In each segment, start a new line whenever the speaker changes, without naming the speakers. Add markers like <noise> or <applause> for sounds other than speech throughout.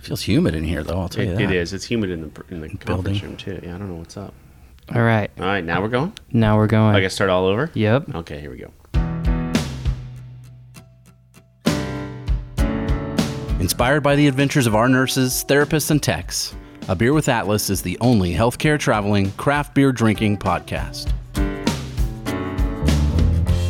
Feels humid in here, though. I'll tell you
It,
that.
it is. It's humid in the in the conference
Building.
room too. Yeah, I don't know what's up.
All right.
All right, now we're going.
Now we're going.
I gotta start all over.
Yep.
Okay, here we go.
Inspired by the adventures of our nurses, therapists, and techs, A Beer with Atlas is the only healthcare traveling craft beer drinking podcast.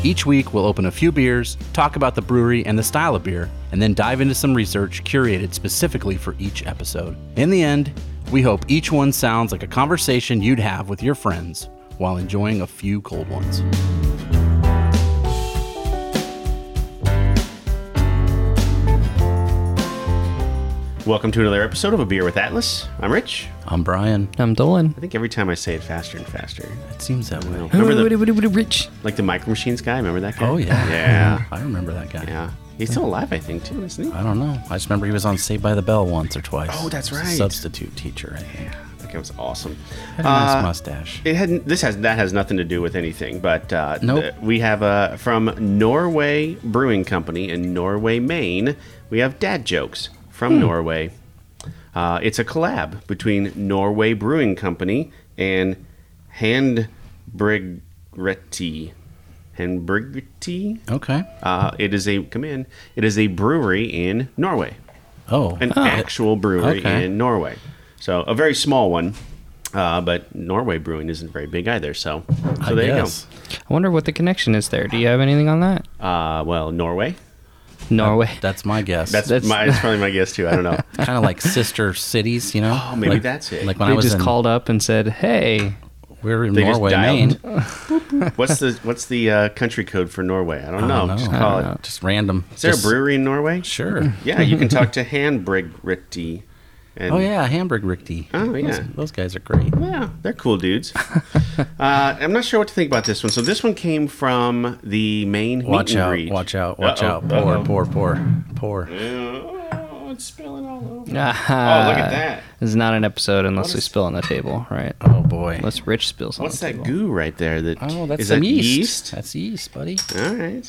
Each week, we'll open a few beers, talk about the brewery and the style of beer, and then dive into some research curated specifically for each episode. In the end, we hope each one sounds like a conversation you'd have with your friends while enjoying a few cold ones.
Welcome to another episode of A Beer with Atlas. I'm Rich.
I'm Brian.
I'm Dolan.
I think every time I say it faster and faster.
It seems that way.
Remember the
Rich.
like the micro machines guy? Remember that guy?
Oh, yeah. <laughs>
Yeah.
I remember that guy.
Yeah. He's still alive, I think, too, isn't he?
I don't know. I just remember he was on Saved by the Bell once or twice.
Oh, that's
He was a
right.
substitute teacher, I think.
That guy was awesome.
Had a nice
Uh,
mustache.
It had this has that has nothing to do with anything, but uh,
Nope.
th- we have uh, from Norway Brewing Company in Norway, Maine. We have dad jokes from Norway. Uh, it's a collab between Norway Brewing Company and Handbrigretti. Handbrigretti.
Okay.
Uh, it is a come in. It is a brewery in Norway
Oh.
an
Oh.
actual brewery
Okay.
in Norway. So a very small one, uh, but Norway brewing isn't very big either. So, so
I
there
guess.
I wonder what the connection is there. Do you have anything on that?
you go. Uh, well, Norway.
Norway.
That's my guess.
That's,
That's-
my. That's probably my guess too. I
<laughs>
don't know.
kind of
<laughs>
like sister cities, you know?
Oh, maybe
Like-
that's it.
Like when I
they
was
just
in,
called up and said, "Hey,
we were in
They just
Norway, Maine.
dialed. <laughs> What's the What's the uh, country code for Norway? I don't know.
I don't know.
Just call it.
Just random.
Is there
Just-
a brewery
<laughs>
in Norway? <laughs>
Sure.
Yeah, you can talk to Handbrigritti. And,
Oh, yeah. Hamburg Richty.
Oh,
Those,
yeah.
those guys are great.
Yeah, they're cool
<laughs>
dudes. uh, I'm not sure what to think about this one. So this one came from the main
Watch
meet and
out.
greet.
Watch out. Watch
Uh-oh,
out.
uh-oh.
Poor, poor, poor, poor.
Oh, it's spilling all
<laughs>
over.
ah,
Oh, look at that.
This is not an episode unless
What
we
is-
spill on the table, right?
Oh, boy.
Unless Rich spills on
What's
the table.
that goo right there? That
Oh, that's
is
some
that
yeast. That's yeast, buddy.
All right.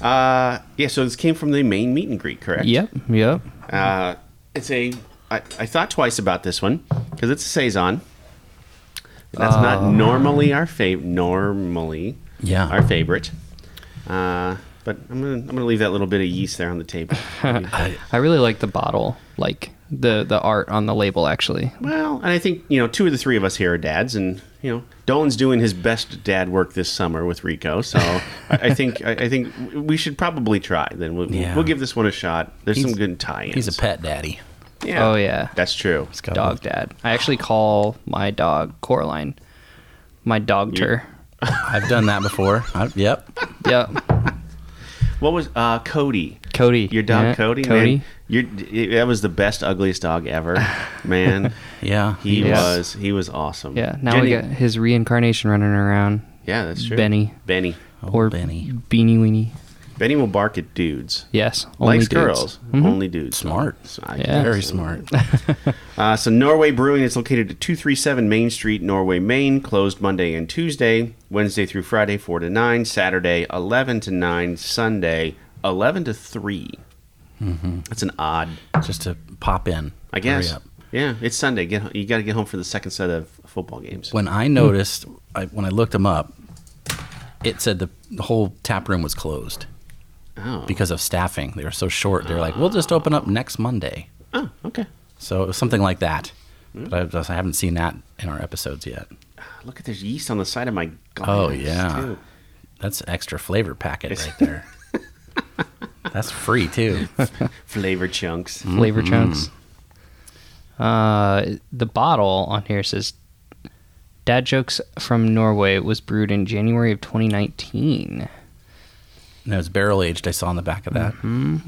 Uh, yeah. So this came from the main meet and greet, correct?
Yep, yep.
Uh, it's a. I, I thought twice about this one because it's a saison. That's
Um.
not normally our favorite. Normally,
Yeah.
our favorite. Uh, but I'm gonna I'm gonna leave that little bit of yeast there on the
<laughs>
table.
I really like the bottle, like the the art on the label. Actually,
Well, and I think you know, two of the three of us here are dads, and you know, Dolan's doing his best dad work this summer with Rico. So I, I think I, I think we should probably try. Then we'll,
Yeah.
we'll give this one a shot. There's
He's-
some good tie-ins.
He's a pet daddy.
Yeah.
Oh, yeah.
that's true.
It's got
dog dad. I actually call my dog Coraline, my dog ter.
I've done that before. I, yep.
Yep,
<laughs> What was uh, Cody?
Cody.
Your dog
Yeah,
Cody.
Cody.
Man, your, that was the best ugliest dog ever,
<laughs>
man.
Yeah.
He
Yes.
was he was awesome.
Yeah, now
Jenny-
we got his reincarnation running around.
yeah, that's true.
Benny.
Benny,
Oh,
or
Benny.
Beanie Weenie.
Benny will bark at dudes.
Yes, only
Likes
dudes.
girls, only dudes.
Mm-hmm. Smart.
So I-
Yeah.
Very smart.
<laughs> Uh, so Norway Brewing is located at 237 Main Street, Norway, Maine. Closed Monday and Tuesday, Wednesday through Friday, 4 to 9, Saturday, 11 to 9, Sunday, 11 to 3. That's an odd,
Just to pop in.
I guess.
Mm-hmm. Hurry up.
Yeah, it's Sunday. Get You got to get home for the second set of football games.
When I noticed, I, when I looked them up, it said the, the whole tap room was closed
Oh,
because of staffing. They were so short. They were like, we'll just open up next Monday.
oh okay.
So it was something like that.
Hmm.
But I, just, I haven't seen that in our episodes yet.
Look at there's yeast on the side of my glass.
Oh, yeah.
too.
That's extra flavor packet right
<laughs>
there. That's free too.
Flavor chunks.
Mm-hmm.
Flavor chunks. Uh, the bottle on here says, "Dad jokes from Norway was brewed in January of 2019.
No, it's barrel aged. I saw on the back of that.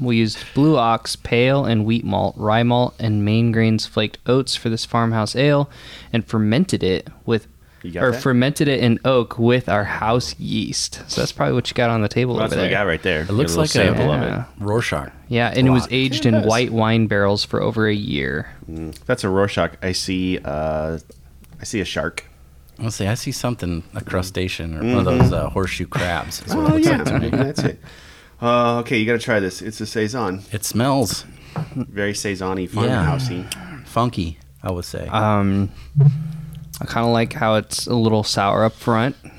We used Blue Ox pale and wheat malt, rye malt, and main grains flaked oats for this farmhouse ale, and fermented it with."
You got
Or
that?
fermented it in oak with our house yeast. So that's probably what you got on the table
Well,
over
that's what I
there.
got right there.
It looks like a,
sample of it.
Yeah.
Rorschach.
Yeah, and it was
Block.
aged
Yeah, it
in
does.
white wine barrels for over a year.
That's a Rorschach. I see. Uh, I see a shark.
Let's see. I see something a crustacean or one of those uh, horseshoe crabs. is what it
Oh
looks
yeah,
like to me.
maybe that's it. Uh, okay, you got to try this. It's a saison.
It smells.
Very saison-y,
Yeah.
farmhousey.
Funky, I would say.
Um, I kind of like how it's a little sour up front.
it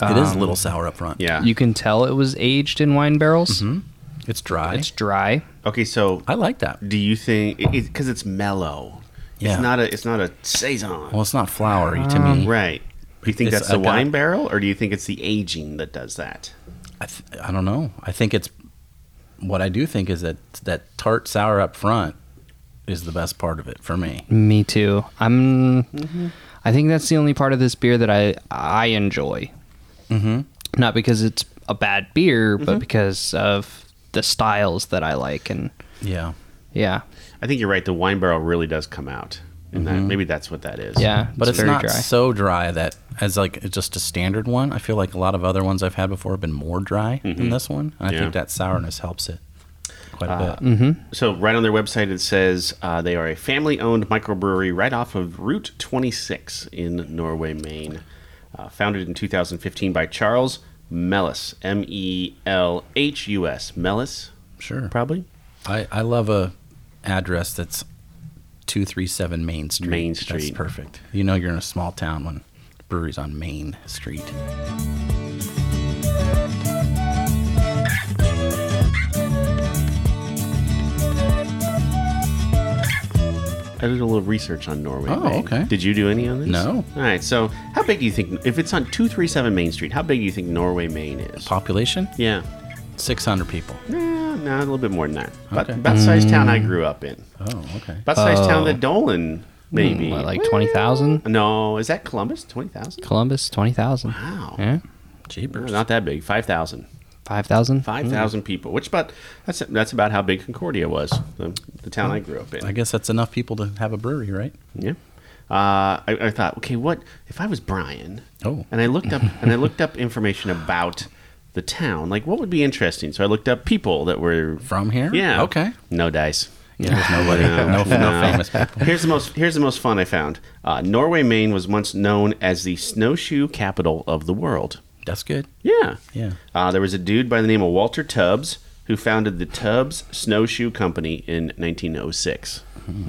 um,
is a little sour up front.
Yeah.
You can tell it was aged in wine barrels.
It's dry.
It's dry.
Okay, so
I like that.
do you think because it's mellow?
Yeah.
It's not a. It's not a saison.
Well, it's not flowery to me.
Um,
right. Do you think
It's
that's the
a guy-
wine barrel, or do you think it's the aging that does that?
I, th- I don't know. I think it's what I do think is that that tart sour up front is the best part of it for me.
Me too. I'm. I think that's the only part of this beer that I I enjoy. Mm-hmm. Not because it's a bad beer, but because of the styles that I like, and
Yeah.
yeah,
I think you're right. The wine barrel really does come out, and
Mm-hmm.
that, maybe that's what that is.
yeah.
But it's, not so dry that as like it's just a standard one. I feel like a lot of other ones I've had before have been more dry than this one. And I
Mm-hmm. Yeah. Ah. Mm.
think that sourness helps it quite a bit.
So right on their website, it says uh, they are a family-owned microbrewery right off of Route 26 in Norway, Maine. Uh, founded in 2015 by Charles E Mellis, M-E-L-H-U-S, Mellis,
Sure.
probably
I, I love a address that's 237 Main Street.
Main
That's
Street.
perfect. You know you're in a small town when breweries on Main Street.
I did a little research on Norway.
Oh,
Maine.
okay.
Did you do any on this?
No.
All right. So, how big do you think if it's on two three seven Main Street? How big do you think Norway, Maine is?
Population
Yeah,
600 people.
no, no, a little bit more than that. About,
Okay. Mm.
about the size town I grew up in.
Oh, okay.
About the size town
Oh.
that Dolan
Hmm,
maybe
What, like 20,000?
No, is that Columbus? Twenty thousand?
Columbus twenty thousand.
Wow.
Yeah,
Jeepers.
Not that big. Five thousand.
five thousand.
Five thousand
Hmm.
people. Which about that's that's about how big Concordia was, the, the town I grew up in.
I guess that's enough people to have a brewery, right?
Yeah. Uh, I, I thought, okay, what if I was Brian?
Oh.
And I looked up and I looked up information about the town. Like, what would be interesting? So I looked up people that were
From here?
Yeah.
Okay.
No dice.
Yeah, there's
<laughs>
nobody. <laughs> no, no, famous people.
Here's the most. Here's the most fun I found. Uh, Norway, Maine was once known as the snowshoe capital of the world.
That's good.
Yeah.
Yeah.
Uh, there was a dude by the name of Walter Tubbs who founded the Tubbs Snowshoe Company in 1906.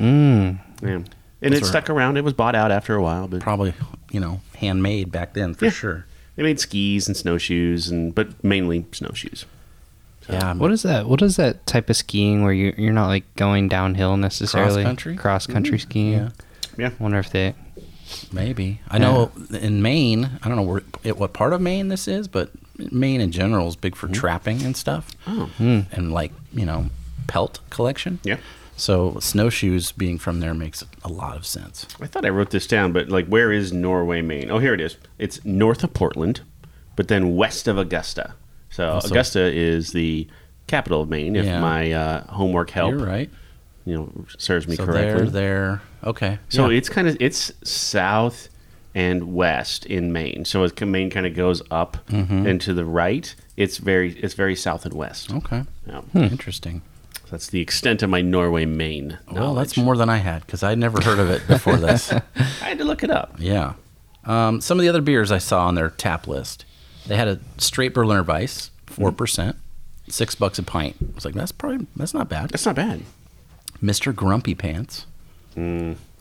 Mm. Yeah. And it
Hmm. right.
stuck around. It was bought out after a while, but
Probably, you know, handmade back then for
Yeah.
sure.
They made skis and snowshoes, and but mainly snowshoes.
Yeah. I'm-
What is that? What is that type of skiing where you you're not like going downhill necessarily?
Cross-country?
cross country skiing.
yeah.
Mm-hmm. Yeah,
Wonder if they.
Maybe I know in Maine. I don't know where, it, what part of Maine this is, but Maine in general is big for trapping and stuff,
Mm-hmm.
Hmm.
Oh.
and like you know, pelt collection.
yeah.
So snowshoes being from there makes a lot of sense.
I thought I wrote this down, but like, where is Norway, Maine? Oh, here it is. It's north of Portland, but then west of Augusta. So
Oh, so-
Augusta is the capital of Maine. If
Yeah.
my uh, homework help,
You're right.
you know, serves me
So
correctly.
they're there. Okay.
So
Yeah.
it's kind of it's south and west in Maine. So as Maine kind of goes up
Mm-hmm.
and to the right, it's very it's very south and west.
okay.
Yeah.
Interesting.
That's the extent of my Norway, Maine.
Well, that's
knowledge.
more than I had because I'd never heard of it before this.
<laughs> I had to look it up.
Yeah. Um, some of the other beers I saw on their tap list, they had a straight Berliner Weiss, four percent, six bucks a pint. I was like, that's probably that's not bad.
That's not bad.
Mr. Grumpy Pants,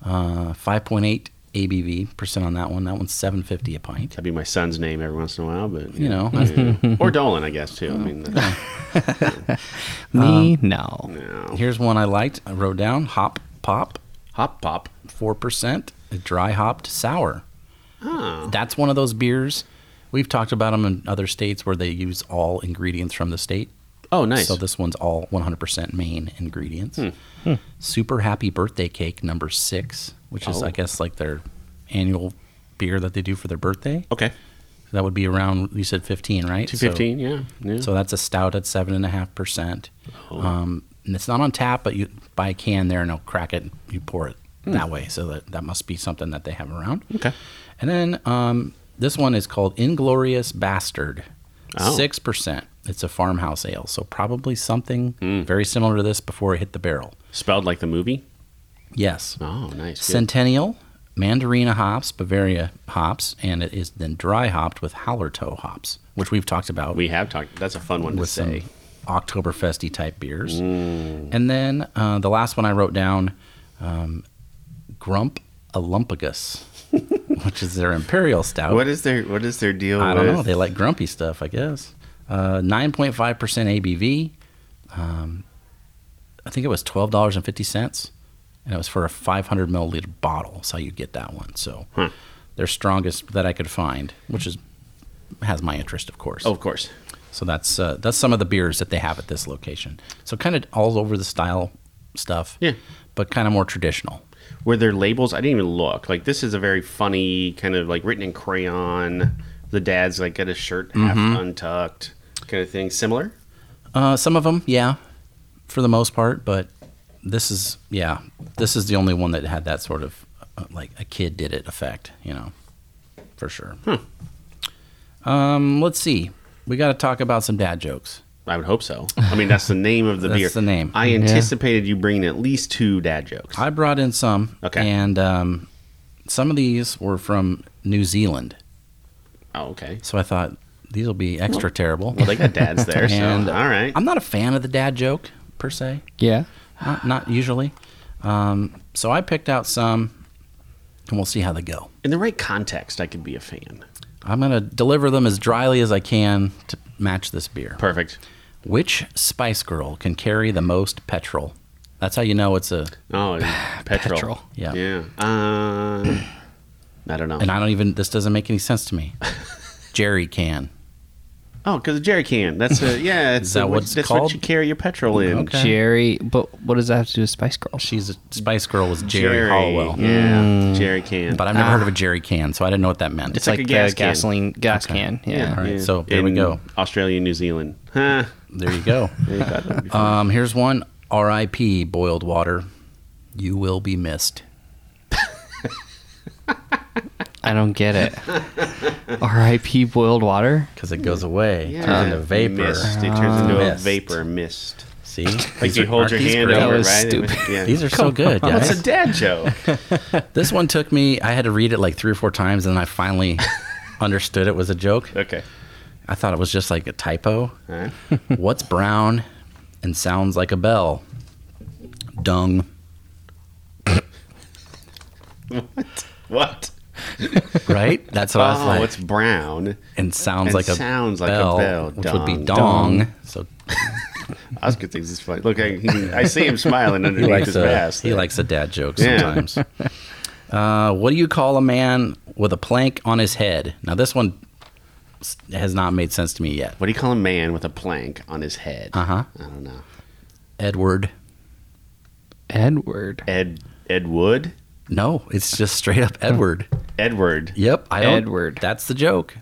uh, five point eight ABV percent on that one. That one's seven fifty a pint.
That'd be my son's name every once in a while, but
You know, <laughs> Oh.
Yeah. or Dolan, I guess too. I mean, that's-
Me no.
no.
here's one I liked. I wrote down Hop Pop,
hop pop.
four percent, a dry hopped sour.
Oh,
That's one of those beers. We've talked about them in other states where they use all ingredients from the state.
oh, nice. Hmm.
So this one's all 100% main ingredients. Super Happy Birthday Cake number six, which is
Oh.
I guess like their annual beer that they do for their birthday.
okay,
That would be around you said 15, right?
two fifteen. yeah, yeah. Oh.
So, so that's a stout at seven and a half percent. Um, and it's not on tap, but you buy a can there and they'll crack it. And you pour it
Hmm.
that way. So that that must be something that they have around.
okay.
And then um, this one is called Inglorious Bastard.
Oh.
Six percent. It's a farmhouse ale, so probably something
Hmm.
very similar to this before it hit the barrel.
Spelled like the movie.
Yes.
Oh, nice. Good.
Centennial, Mandarina hops, Bavaria hops, and it is then dry hopped with Hallertau hops, which we've talked about
we have talked. That's a fun one to
with some Oh.
say. Hmm.
Oktoberfesty type beers. And then uh, the last one I wrote down, um, Grump
<laughs>
Olympigus, which is their imperial stout.
What is their What is their deal?
I don't know.
with-
They like grumpy stuff, I guess. Uh, Nine point five percent ABV. Um, I think it was twelve dollars and fifty cents, and it was for a five hundred milliliter bottle. That's how you get that one. So
Huh.
their strongest that I could find, which is has my interest, of course.
Oh, of course.
So that's uh, that's some of the beers that they have at this location. So kind of all over the style stuff.
Yeah.
But kind of more traditional.
Were their labels? I didn't even look. Like this is a very funny kind of like written in crayon. The dad's like got his shirt half
Mm-hmm.
untucked, kind of thing. Similar.
Uh, some of them, yeah, for the most part. But this is, yeah, this is the only one that had that sort of uh, like a kid did it effect, you know, for sure.
Hmm.
Um, let's see. We got to talk about some dad jokes.
I would hope so. I mean, that's the name of
<laughs>
the
That's
beer.
the name.
I
Yeah.
anticipated you bringing at least two dad jokes.
I brought in some,
Okay.
and um, some of these were from New Zealand.
oh, okay.
So I thought these will be extra terrible.
Well, they got dads there, so
And,
all right.
<laughs> I'm not a fan of the dad joke per se.
Yeah.
Not, not usually. Um, so I picked out some, and we'll see how they go.
in the right context, I could be a fan.
I'm going to deliver them as dryly as I can to match this beer.
Perfect.
Which Spice Girl can carry the most petrol? That's how you know it's a.
Oh,
<sighs>
and petrol.
Petrol,
yeah.
Yeah. Uh, I don't know.
And I don't even. This doesn't make any sense to
<laughs>
me. Jerry can.
oh, because a jerry can. That's a yeah.
<laughs>
It's
Is that
a-
what it's
that's
called?
what you carry your petrol in.
Okay.
Jerry, but what does that have to do with Spice Girls?
She's a Spice Girl was Jerry, Hallwell. Mm.
Yeah. Jerry can.
But I've never heard of a Jerry can, so I didn't know what that meant.
It's like a gas
the
can.
gasoline gas can. Yeah.
All right, so there we go.
Australia, New Zealand. Huh.
there you
<laughs>
go.
They thought that'd be fun.
<laughs> Um, here's one. R.I.P. Boiled water. You will be missed.
I don't get it.
<laughs>
R.I.P. boiled water.
Because it goes away. It
Yeah.
turns into vapor.
Mist. It turns into a
Mist.
vapor mist.
See?
Like
These
you
are-
hold
aren't
your
these
hand
great?
That
over,
was
right? It
stupid.
was- yeah.
These are so good, guys.
That's a dad joke.
This one took me. I had to read it like three or four times, and I
<laughs>
finally understood it was a joke. <laughs>
okay.
I thought it was just like a typo.
All right.
What's brown and sounds like a bell? Dung.
What?
Right? That's what I was
oh,
like.
it's brown.
and sounds
and
like a
sounds like a
bell,
bell.
which would be
Dung.
dong. So
Oscar thinks it's funny. Look, I, he, I see him
<laughs>
smiling
he
underneath
likes
his
a
mask.
he
there.
likes a dad joke
Yeah. <laughs>
sometimes. uh, what do you call a man with a plank on his head? Now this one s- has not made sense to me yet.
What do you call a man with a plank on his head?
Uh huh.
I don't know.
Edward.
Edward.
Ed Ed Wood?
No, it's just straight up Edward.
Edward.
Yep, I don't,
Edward.
That's the joke.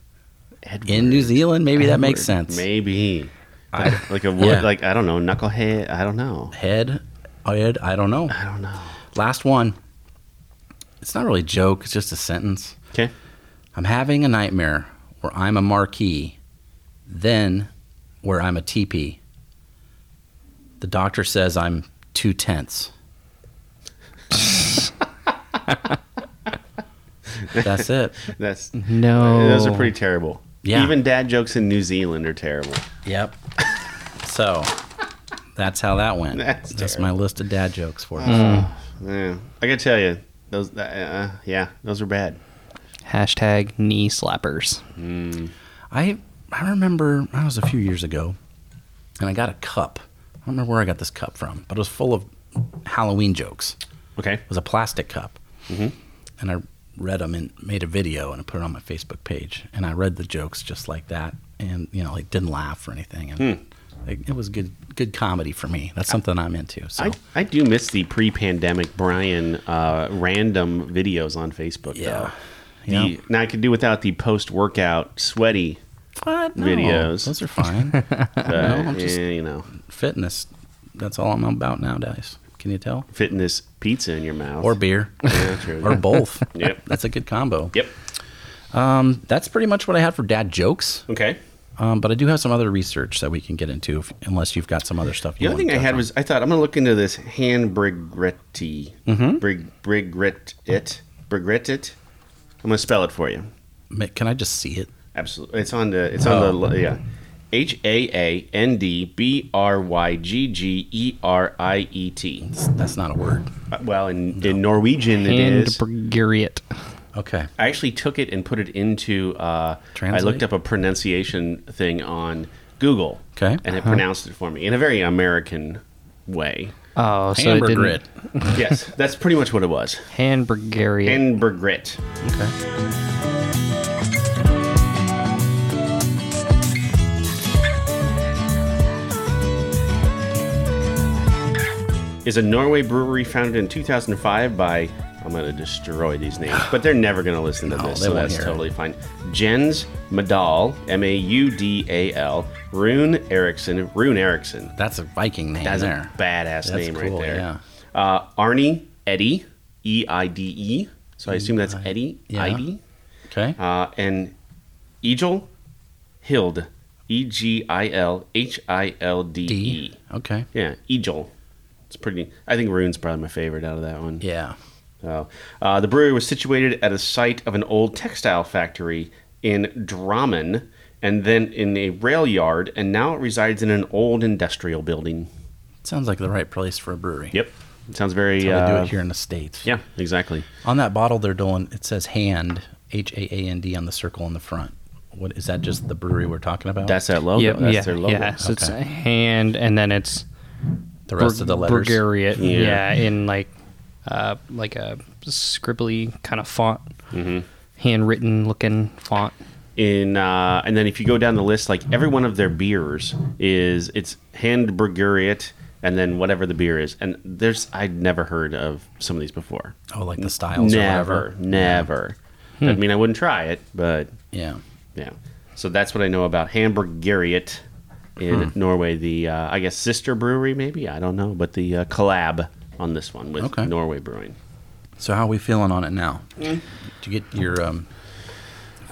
Edward.
In New Zealand, maybe that makes
Edward,
sense.
Maybe.
I-
Like, like a wood,
Yeah.
like I don't know, knucklehead. I don't know.
Head, head, I don't know.
I don't know.
Last one. It's not really a joke. It's just a sentence.
Okay.
I'm having a nightmare where I'm a marquee, then where I'm a teepee. The doctor says I'm two tenths. That's it.
That's
No.
those are pretty terrible.
Yeah.
Even dad jokes in New Zealand are terrible.
Yep. So that's how that went.
That's Mm.
That's, my list of dad jokes for you.
Yeah. I gotta tell you, those uh, uh, yeah, those are bad.
Hashtag knee slappers.
I I remember I was a few years ago, and I got a cup. I don't remember where I got this cup from, but it was full of Halloween jokes.
Okay.
It was a plastic cup,
Mm-hmm.
and I read them and made a video and I put it on my Facebook page. And I read the jokes just like that, and you know, like didn't laugh or anything. And
Hmm.
like, it was good good comedy for me. That's something I'm into. So
I, I do miss the pre-pandemic Brian uh, random videos on Facebook.
yeah.
though. The- now I could do without the post-workout
<laughs>
sweaty.
What? No,
videos.
Those are
<laughs>
fine.
But,
I'm just-
eh, you know,
Fitness. That's all I'm about nowadays. Can you tell?
fitting this pizza in your mouth
Or beer.
Yeah, true.
<laughs> or both.
Yep.
That's a good combo.
Yep.
That's pretty much what I had for dad jokes.
Okay.
Um, but I do have some other research that we can get into, if, unless you've got some other stuff.
The
You
other
want
thing I
to
had was I thought I'm gonna look into this hand brigretti. Mm-hmm. Brig brigret it brigret it. I'm gonna spell it for you.
Ma- Can I just see it? Oh.
Absolutely. It's on the. It's on the. Yeah. H A A N D B R Y G G E R I E T.
That's not a word.
Uh, Well, in, in Norwegian, it is.
Handbrigariat.
Okay.
I actually took it and put it into. Uh, I
Translate?
looked up a pronunciation thing on Google.
Okay. Uh-huh.
And it pronounced it for me in a very American way.
Oh, so it
Hamburgrit.
didn't.
yes, that's pretty much what it was.
Handbrigariat.
Hamburgrit.
Okay.
is a Norway brewery founded in 2005 by. I'm going to destroy these names, but they're never going to listen
<gasps>
to
No,
this,
they
so
won't
that's
hear it.
totally fine. Jens Madal, M A U D A L, Rune Erickson, Rune Erickson.
That's a Viking name
That's
there.
a badass
That's
name
cool,
right there.
yeah.
Uh, Arnie Eddie, E I D E. So I assume that's Eddie,
yeah.
Eddie.
Okay.
Uh, and Egil Hild, E G I L H I L D E.
D. Okay.
Yeah, Egil. It's pretty. I think Rune's probably my favorite out of that one.
Yeah.
So, uh, the brewery was situated at a site of an old textile factory in Drammen, and then in a rail yard, and now it resides in an old industrial building.
Sounds like the right place for a brewery.
Yep, it sounds very.
That's how they do
uh,
it here in the states.
Yeah, exactly.
On that bottle they're doing, it says hand, H A A N D on the circle in the front. What is that? Just the brewery we're talking about?
That's that logo.
Yep,
That's
yeah,
their logo.
yeah. So it's
Okay.
a hand, and then it's
the rest of the letters.
Brigariat,
Yeah.
yeah. in like uh, like a scribbly kind of font,
Mm-hmm.
handwritten looking font.
in uh, and then if you go down the list like every one of their beers is it's handburgeriet and then whatever the beer is and there's i'd never heard of some of these before
Oh, like the styles or
never
whatever. Hmm.
never i mean i wouldn't try it but
Yeah.
yeah so that's what i know about hamburgeriet in
Hmm.
norway the uh, i guess sister brewery maybe i don't know but the uh, collab on this one with
Okay.
norway brewing
So how are we feeling on it now? To get your um,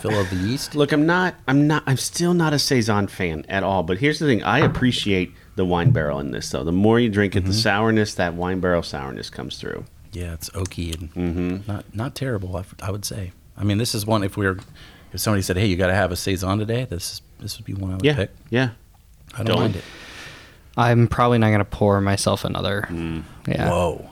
fill of the yeast?
Look, I'm not, I'm not, I'm still not a saison fan at all. But here's the thing: I appreciate the wine barrel in this, though. The more you drink it,
Mm-hmm.
the sourness, that wine barrel sourness comes through.
Yeah, it's oaky and
Mm-hmm.
not not terrible. I, I would say. I mean, this is one. If we were, if somebody said, "Hey, you got to have a saison today," this this would be one I would
Yeah,
pick.
yeah.
I don't,
Don't.
mind it.
I'm probably not gonna pour myself another. Yeah.
Mm. Whoa.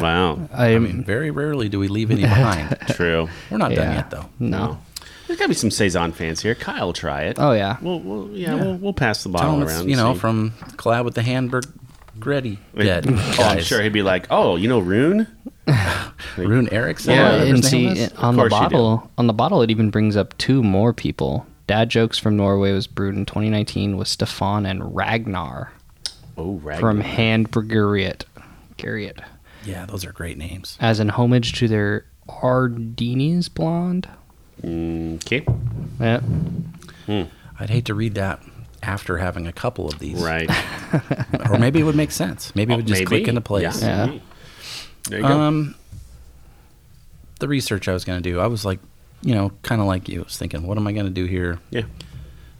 <laughs>
Wow,
I'm,
I mean, very rarely do we leave
<laughs>
any behind.
true.
We're not done
yeah.
yet, though.
No.
No, there's got to be some saison fans here. Kyle, try it.
Oh yeah.
we'll, we'll yeah,
Yeah.
We'll, we'll pass the
Tell
bottle
him it's,
around.
you
and
know
see.
from collab with the Hamburg
<laughs>
Gretty. Dead.
oh, I'm sure he'd be like, oh, you know, Rune.
Rune Erickson.
Yeah,
whatever
and
his name
see
is?
on the
course you do.
bottle on the bottle it even brings up two more people. Dad jokes from Norway was brewed in 2019 with Stefan and Ragnar
Oh, right.
from Handbrigariat. Garriott.
Yeah, those are great names.
as an homage to their Ardini's blonde. Eh,
okay,
Yeah.
I'd hate to read that after having a couple of these, <laughs>
right. Oh,
or maybe it would make sense. Maybe it would just click into place.
Yeah.
There you go.
Um, the research I was going to do, I was like, you know, kind of like you, I was thinking, what am I going to do here?
yeah.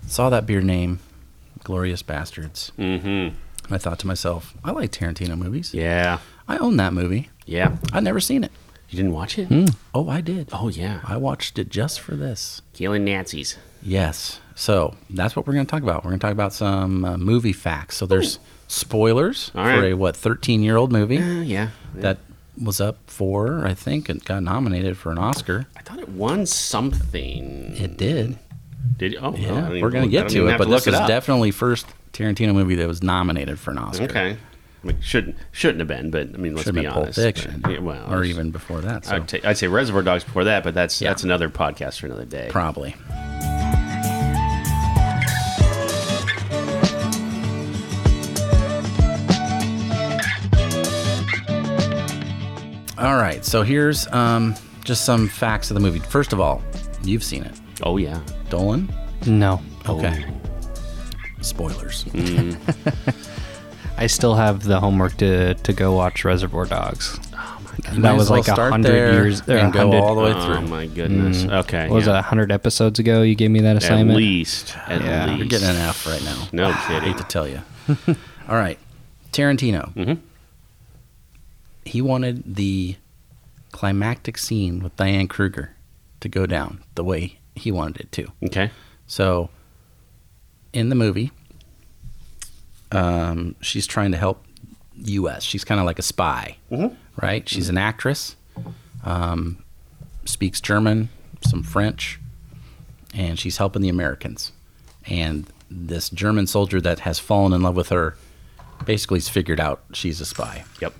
Saw that beer name, Glorious Bastards,
Mm-hmm.
and I thought to myself, I like Tarantino movies.
Yeah.
I own that movie.
Yeah.
I'd never seen it.
You didn't watch it?
Oh, I did.
Oh yeah.
I watched it just for this.
Killing Nazis.
Yes. So that's what we're going to talk about. We're going to talk about some uh, movie facts. So there's spoilers
All
for
right.
a what 13 year old movie
Uh, yeah.
that was up for, I think, and got nominated for an Oscar.
I thought it won something.
It did.
Did you? Oh, well, I
Yeah,
don't even-
we're
I
gonna
don't
get
even
to it,
have
but this
look
is
up.
definitely first Tarantino movie that was nominated for an Oscar.
okay. I mean, shouldn't shouldn't have been, but I mean, let's
should have
be
been Pulp
honest.
Fiction,
But, yeah, well,
or even before that. So
I'd, ta- I'd say Reservoir Dogs before that, but that's
Yeah.
that's another podcast for another day.
probably. All right, so here's um, just some facts of the movie. First of all, you've seen it,
oh yeah.
Dolan.
No.
Okay. Spoilers.
I still have the homework to, to go watch Reservoir Dogs.
You
that
Oh might as
was
well
like a
start
hundred
there
years or
and go
100
all the way
Oh
through. Mm-hmm.
my goodness. Okay.
What was
yeah.
that, 100 episodes ago you gave me that
At
assignment?
least. At
Yeah. You're
least.
You're getting an F right now.
No
I <sighs> hate to
kidding.
tell you. <laughs> All right, Tarantino. He wanted the climactic scene with Diane Kruger to go down the way he wanted it to.
Okay.
So in the movie. Um, she's trying to help U.S. She's kind of like a spy, right? She's an actress, um, speaks German, some French, and she's helping the Americans. And this German soldier that has fallen in love with her basically has figured out she's a spy.
Yep.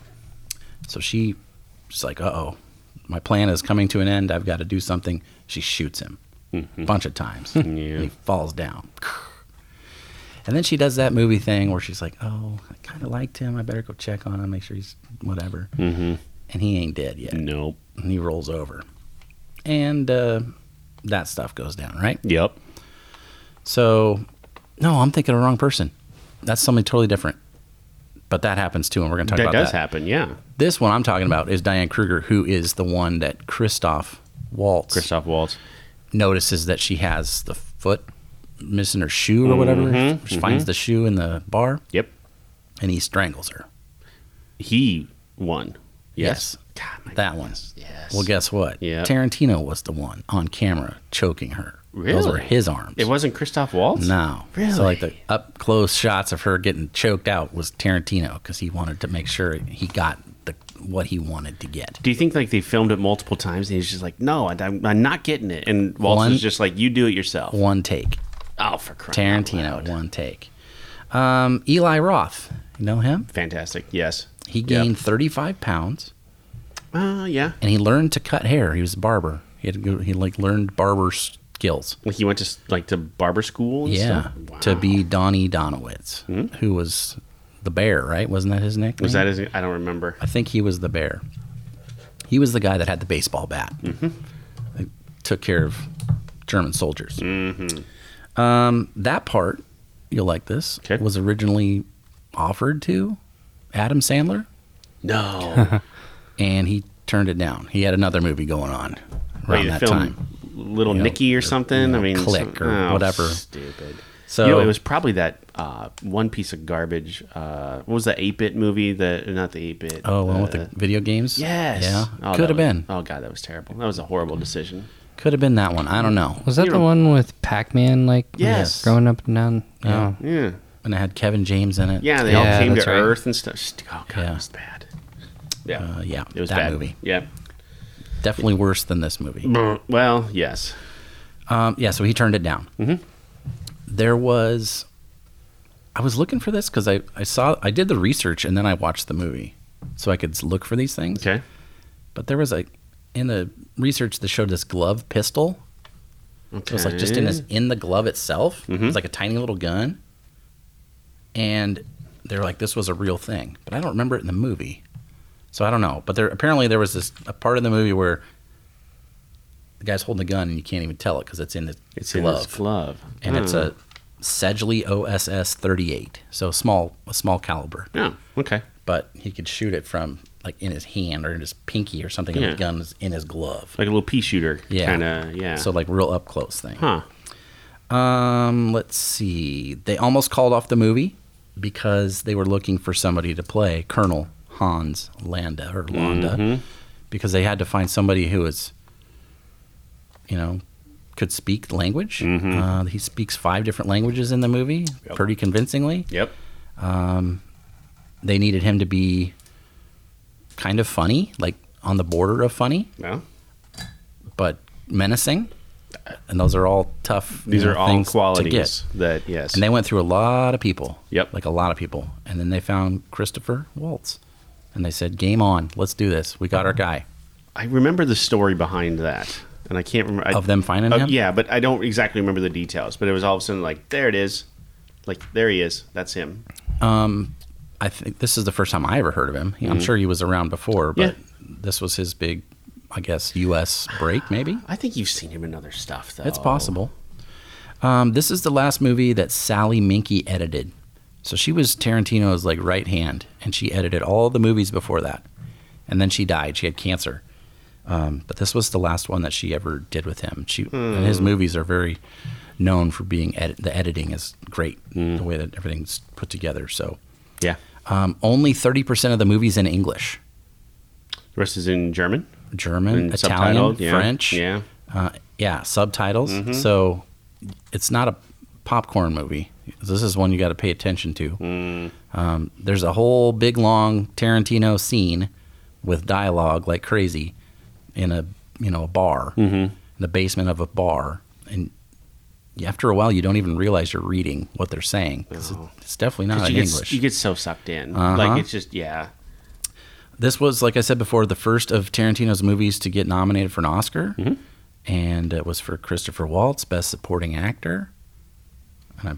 So she, she's like, uh oh, my plan is coming to an end. I've got to do something. She shoots him
Mm-hmm.
a bunch of times.
<laughs>
And he falls down. And then she does that movie thing where she's like, oh, I kind of liked him. I better go check on him, make sure he's whatever. Mm-hmm. And he ain't dead yet.
Nope.
And he rolls over. And uh, that stuff goes down, right?
Yep.
So, no, I'm thinking of the wrong person. That's something totally different. But that happens too, and we're going to talk
That
about
does
that.
happen. Yeah.
This one I'm talking about is Diane Kruger, who is the one that Christoph Waltz
Christoph Waltz.
notices that she has the foot missing her shoe or whatever. she finds the shoe in the bar,
Mm-hmm. Yep.
and he strangles her.
He won. Yes. God, my
That one.
Yes.
Well, guess what?
Yeah.
Tarantino was the one on camera choking her. Those
Really?
were his arms.
It wasn't Christoph Waltz?
No.
Really?
So like the up close shots of her getting choked out was Tarantino because he wanted to make sure he got the what he wanted to get.
Do you think like they filmed it multiple times and he's just like, no, I, am I'm not getting it? And Waltz
One-
is just like, you do it yourself.
One take.
Oh, for crying. out
Tarantino,
loud.
one take. Um, Eli Roth, you know him?
Fantastic. Yes.
He
Yep.
gained 35 pounds
Uh, yeah.
and he learned to cut hair. He was a barber. He had to go, he like learned barber skills.
Like he went to s- like to barber school. And
Yeah,
Stuff? Wow. Hmm?
to be Donnie Donowitz, who was the bear, right? Wasn't that his nickname?
Was that his? I don't remember.
I think he was the bear. He was the guy that had the baseball bat. Mm-hmm. Took care of German soldiers. Mm-hmm. Um, that part, you'll like this,
Okay.
was originally offered to Adam Sandler,
<laughs> No.
and he turned it down. He had another movie going on
Wait,
around
the
that
film
time.
Little
know,
Nicky or something. I mean, oh,
Click or whatever.
Stupid.
So
you know, it was probably that uh, one piece of garbage. Uh, what was the eight bit movie? That not the eight bit.
Oh, one with the video games?
uh, Yes.
Yeah.
Oh, that
Could have
was-
been.
Oh god, that was terrible. That was a horrible decision.
Could have been that one. I don't know.
Was that
You
the
know-
one with Pac-Man? Like
Yes.
growing up and down. Oh, Yeah.
Yeah.
And it had Kevin James in it.
Yeah, they
Yeah,
all came to
that's right.
Earth and stuff. St- Oh god,
Yeah.
it was bad. Yeah.
Uh, yeah.
it was
that
bad.
movie.
Yeah.
Definitely worse than this movie.
Brr. Well, yes.
Um, yeah, so he turned it down. Mm-hmm. There was. I was looking for this because I, I saw. I did the research and then I watched the movie so I could s- look for these things.
Okay.
But there was a. In the research that showed this glove pistol.
okay. Mm-hmm.
It was like just in his, in the glove itself. It was like a tiny little gun. And they're like, this was a real thing, but I don't remember it in the movie, so I don't know. But there apparently there was this a part of the movie where the guy's holding the gun and you can't even tell it because it's in the
It's in
glove,
his glove.
and it's Hmm. a
Hmm.
Sedgley OSS 38, so small a small caliber,
Oh, okay.
but he could shoot it from like in his hand or in his pinky or something. And
Yeah.
the gun is in his glove.
Like a little pea shooter.
Yeah.
Kind of, yeah.
So
So,
like real up close thing.
huh.
Um, let's see. They almost called off the movie because they were looking for somebody to play Colonel Hans Landa or Landa
Mm-hmm.
because they had to find somebody who was, you know, could speak the language. Uh, he speaks five different languages in the movie
Mm-hmm. Yep.
pretty convincingly.
Yep.
Um, They needed him to be kind of funny, like on the border of funny,
Well,
but menacing. And those are all tough. you
these
know,
are all
things to get.
qualities that, yes.
And they went through a lot of people.
Yep.
Like a lot of people. And then they found Christopher Waltz. And they said, game on. Let's do this. We got our guy.
I remember the story behind that. And I can't remember. I-
Of them finding
Oh,
him?
Yeah, but I don't exactly remember the details. But it was all of a sudden like, there it is. Like, there he is. That's him.
um, I think this is the first time I ever heard of him. I'm sure he was around before, but
Mm-hmm. Yeah.
this was his big, I guess, U.S. break, maybe?
I think you've seen him in other stuff, though.
It's possible. Um, this is the last movie that Sally Minky edited. So she was Tarantino's like right hand, and she edited all the movies before that. And then she died. She had cancer. Um, but this was the last one that she ever did with him. She and
Hmm.
his movies are very known for being edit. The editing is great,
Hmm.
the way that everything's put together. So
Yeah.
um, only thirty percent of the movies in English,
The rest is in German.
German,
And
Italian, Uh,
subtitled, yeah,
French,
Yeah.
uh, yeah, subtitles. So it's not a popcorn movie. This is one you got to pay attention to.
Mm.
Um, there's a whole big long Tarantino scene with dialogue like crazy in a you know a bar
Mm-hmm.
in the basement of a bar, and after a while you don't even realize you're reading what they're saying 'cause it-
Oh.
it's definitely not
you
in
get,
English.
you get so sucked in.
Uh-huh.
Like it's just yeah.
this was like I said before the first of Tarantino's movies to get nominated for an Oscar,
Mm-hmm.
and it was for Christopher Waltz Best Supporting Actor, and I.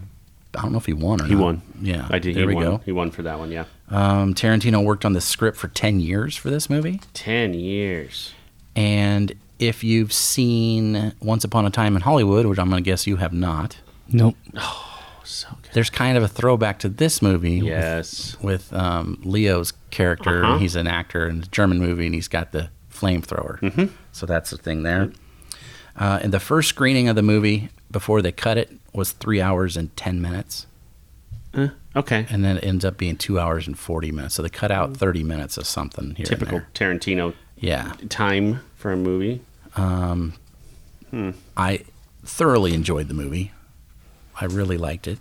I don't know if he won or
He
not.
won.
Yeah,
I did.
There we
he won.
go.
He won for that one. Yeah,
Um, Tarantino worked on the script for 10 years for this movie.
ten years.
And if you've seen Once Upon a Time in Hollywood, which I'm going to guess you have not,
Nope.
Oh, So good.
there's kind of a throwback to this movie
Yes.
with, with um, Leo's character.
Uh-huh.
He's an actor in a German movie and he's got the flamethrower.
Mm-hmm.
So that's the thing there. Uh, and the first screening of the movie before they cut it was three hours and 10 minutes.
Okay.
And then it ends up being two hours and 40 minutes. So they cut out 30 minutes of something here. and
Mm. Typical
there.
Tarantino
Yeah. Um,
time for a movie. Hmm.
I thoroughly enjoyed the movie. I really liked it,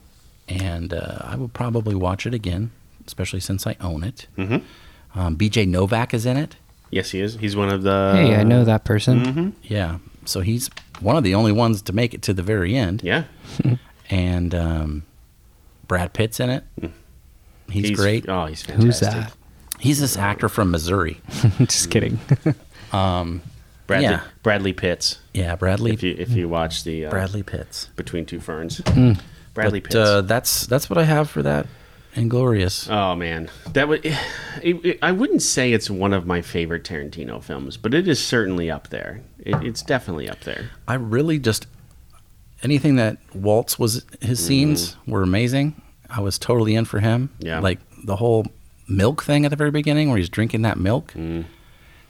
and uh, I will probably watch it again, especially since I own it.
Mhm.
Um, B.J. Novak is in it.
Yes, he is. He's one of the.
Hey, I know that person.
Yeah, so he's one of the only ones to make it to the very end.
Yeah,
And um, Brad Pitt's in it. He's, great.
Oh, Hmm. he's fantastic.
Who's that?
He's this actor from Missouri.
<laughs> Just kidding.
Bradley,
Yeah.
Bradley Pitts.
Yeah, Bradley.
If you if
mm.
you watch the uh,
Bradley Pitts.
Between Two Ferns,
Hmm.
Bradley
But
Pitts.
uh, that's that's what I have for that. Inglorious.
oh man, that would. <sighs> It, it, I wouldn't say it's one of my favorite Tarantino films, but it is certainly up there. It, it's definitely up there.
I really just anything that Waltz was
Mm-hmm.
his scenes were amazing. I was totally in for him.
Yeah.
Like the whole milk thing at the very beginning where he's drinking that milk.
Mm.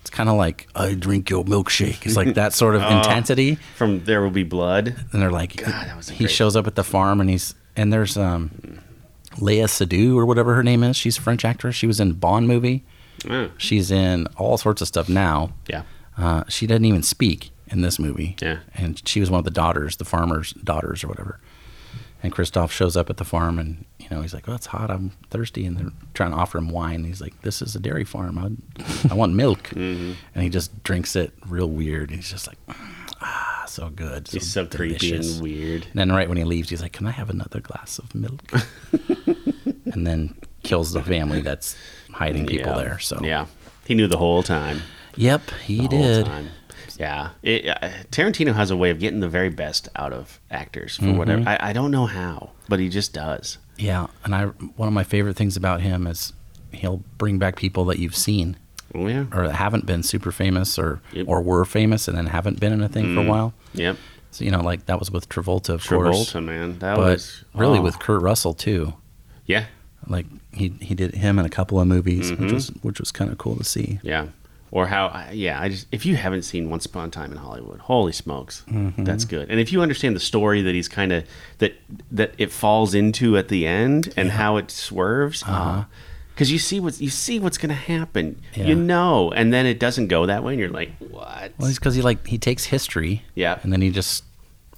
It's kind of like I drink your milkshake. It's like that
<laughs>
sort of intensity.
From There Will Be Blood.
And they're like
Oh. that was a
he
great-
shows up at the farm and he's and there's um Leia Sadu or whatever her name is. She's a French actress. She was in Bond movie.
Oh,
She's in all sorts of stuff now.
yeah.
Uh, she doesn't even speak in this movie.
Yeah.
And she was one of the daughters, the farmer's daughters or whatever. And Christoph shows up at the farm and, you know, he's like, oh, it's hot. I'm thirsty. And they're trying to offer him wine. He's like, this is a dairy farm. I, I want
<laughs>
milk.
Mm-hmm.
And he just drinks it real weird. He's just like, ah, so good.
He's so creepy and weird.
And then right when he leaves, he's like, can I have another glass of milk?
<laughs>
and then kills the family that's hiding people
Yeah.
there. So,
yeah, he knew the whole time.
yep, he
the whole
did.
time. Yeah, it, uh, Tarantino has a way of getting the very best out of actors for
Mm-hmm.
whatever. I, I don't know how, but he just does.
Yeah, and I one of my favorite things about him is he'll bring back people that you've seen
Oh yeah,
or that haven't been super famous or
Yep.
or were famous and then haven't been in a thing for a while.
yep.
So you know, like that was with Travolta, of course,
Travolta, man, that
but
was
really
oh.
with Kurt Russell too.
yeah,
Like he he did him in a couple of movies,
Mm-hmm.
which was which was kind of cool to see.
yeah. Or how? I- Yeah, I just if you haven't seen Once Upon a Time in Hollywood, holy smokes,
Mm-hmm.
that's good. And if you understand the story that he's kind of that that it falls into at the end and how it swerves, because you see what you see what's going to happen,
Uh-huh. Yeah.
you know, and then it doesn't go that way, and you're like, what?
Well, it's because he like he takes history,
Yeah.
and then he just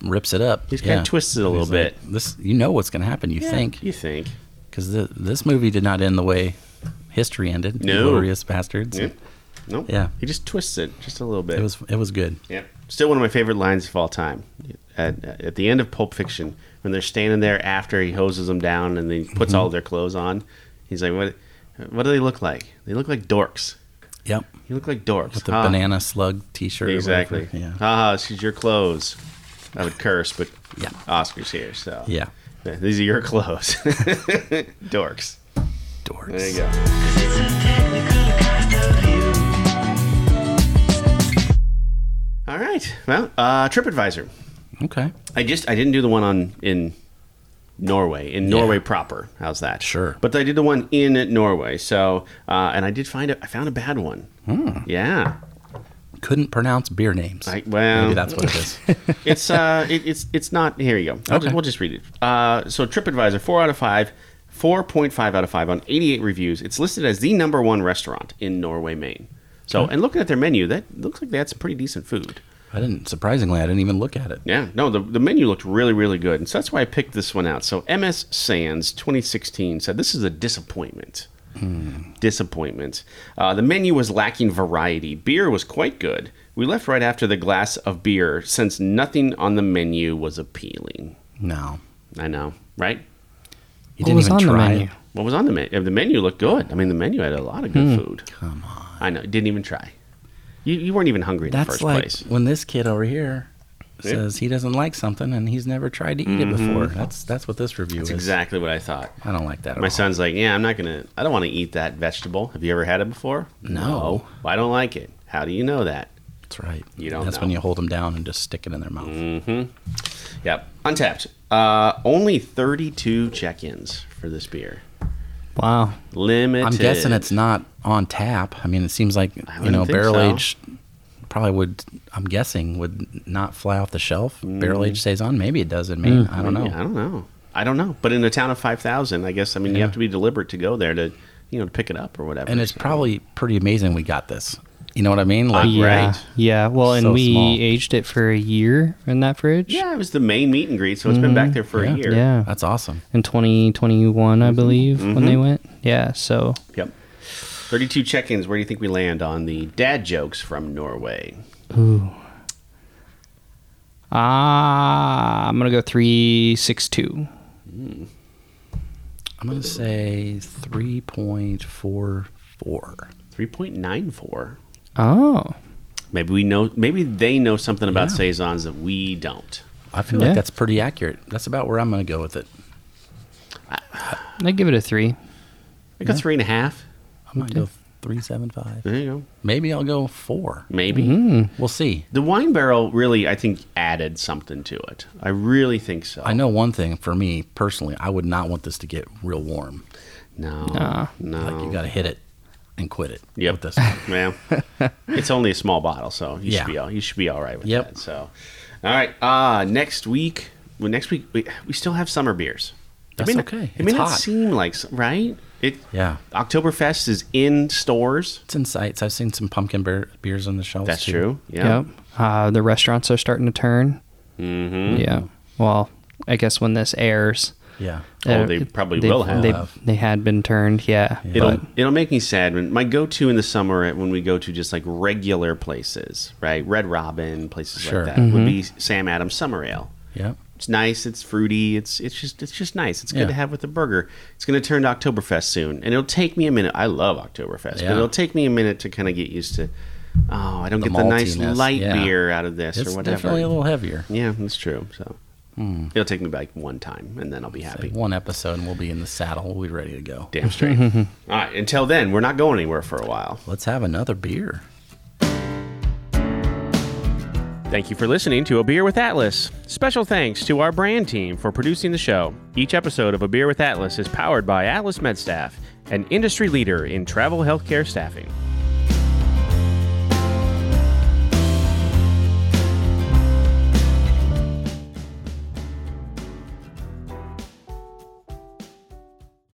rips it up.
He's kinda twisted a
And
little
he's like, this you know what's going to happen. You
Yeah,
think
You think?
because this movie did not end the way history ended.
No.
glorious bastards.
Yeah. Nope.
Yeah.
He just twists it just a little bit.
It was it was good.
Yeah. Still one of my favorite lines of all time. At, at the end of Pulp Fiction, when they're standing there after he hoses them down and then he puts
Mm-hmm.
all their clothes on, he's like, "What? What do they look like? They look like dorks.
Yep.
You look like dorks."
With the
Huh.
banana slug T-shirt. or
Exactly.
whatever. Yeah.
Haha, this is your clothes. I would curse, but
Yeah.
Oscar's here, so
Yeah.
These are your clothes, <laughs> dorks.
Dorks.
There you go.
It's a technical kind of you.
All right. Well, uh, TripAdvisor.
Okay.
I just I didn't do the one on in Norway in Norway proper. How's that?
Sure.
But I did the one in Norway. So uh, and I did find a I found a bad one.
Hmm.
Yeah.
Couldn't pronounce beer names.
I, well,
Maybe that's what it
<laughs>
is.
it's uh it, it's it's not. Here you go. I'll
Okay.
just, we'll just read it. Uh, so TripAdvisor four out of five. 4.5 out of 5 on 88 reviews. It's listed as the number one restaurant in Norway, Maine. So, and looking at their menu, that looks like they had some pretty decent food.
I didn't. Surprisingly, I didn't even look at it.
Yeah, no, the, the menu looked really, really good. And so that's why I picked this one out. So MS Sands 2016 said this is a disappointment.
Hmm.
Disappointment. Uh, the menu was lacking variety. Beer was quite good. We left right after the glass of beer since nothing on the menu was appealing.
No,
I know, right?
you
What was on the menu?
it.
What was on the menu? The menu looked good. I mean, the menu had a lot of
Hmm.
good food. Come on. I know, didn't even try. You, you weren't even hungry in
That's
the first
like
place.
when this kid over here
Yeah. Mm-hmm.
says he doesn't like something and he's never tried to eat it before. That's that's what this review
That's
is.
exactly what I thought.
I don't like that at
My
all.
son's like, yeah, I'm not gonna. I don't want to eat that vegetable. Have you ever had it before?
No.
Well, I don't like it. How do you know that?
That's right.
You don't
That's when
know.
you hold them down and just stick it in their mouth.
Yep. Untapped. Uh, only 32 check-ins for this beer.
Wow.
Limited.
I'm guessing it's not on tap. I mean, it seems like you
wouldn't
know
think
barrel
so.
aged probably would. I'm guessing would not fly off the shelf. Barrel aged stays on. Maybe it does in
Mm,
Maine. I don't know.
Yeah, Mm. I don't know. I don't know. But in a town of 5,000, I guess. I mean, you have to be deliberate to go there to, you know, to pick it up or whatever.
And it's
So-
probably pretty amazing we got this. You know what I mean? Like
Yeah.
Right.
Yeah. Well, and
So
we
small.
aged it for a year in that fridge.
Yeah, it was the main meet and greet, so it's been back there
Mm-hmm.
for a year.
Yeah.
that's awesome.
in 2021,
Mm-hmm.
I believe, when they went. Yeah. So
Yep. 32 check-ins. Where do you think we land on the dad jokes from Norway?
ah, uh, I'm gonna go three six two.
I'm gonna say three point four four.
3.94.
Oh,
Maybe we know. Maybe they know something about
Yeah.
saisons that we don't.
I feel
Yeah.
like that's pretty accurate. That's about where I'm gonna go with it.
I give it a three.
Like a three and a half.
I might go three seven five.
There you go.
Maybe I'll go four.
Maybe
We'll see.
the wine barrel really, I think, added something to it. I really think so.
I know one thing for me personally, I would not want this to get real warm.
No,
Nah.
no.
Like you got to hit it and quit it.
Um, Yep.
With this one. <laughs>
Yeah, it's only a small bottle, so you
Yeah.
should be all you should be all right with
Yep.
that. So, all right. Uh next week. Well, next week we, we still have summer beers.
That's
may not-
okay.
It may
It's
not
hot.
seem like s- right. It
Yeah.
Oktoberfest is in stores.
It's in sights. I've seen some pumpkin beer, beers on the shelves.
That's
too.
true.
Yep. Uh, the restaurants are starting to turn. Mm-hmm. Yeah. Well, I guess when this airs,
Yeah.
Oh,
uh,
they probably
they've-
will have.
They, they had been turned. Yeah.
It'll
but-
it'll make me sad when my go to in the summer at- when we go to just like regular places, right? Red Robin places
Sure. Mm-hmm.
like that would be Sam Adams Summer Ale.
Yeah.
It's nice, it's fruity, it's it's just it's just nice. It's good
Yeah.
to have with a burger. It's going to turn to Oktoberfest soon, and it'll take me a minute. I love Oktoberfest, but
Yeah.
it'll take me a minute to kind of get used to. Oh, I don't
The
get the nice
maltiness,
light
yeah.
beer out of this
It's
or whatever.
definitely a little Hmm. heavier.
yeah, that's true. So it'll take me back one time, and then I'll be happy.
Like one episode and we'll be in the saddle. We'll be ready to go.
Damn
<laughs>
straight. All right. Until then, we're not going anywhere for a while.
Let's have another beer.
Thank you for listening to A Beer with Atlas. Special thanks to our brand team for producing the show. Each episode of A Beer with Atlas is powered by Atlas MedStaff, an industry leader in travel healthcare staffing.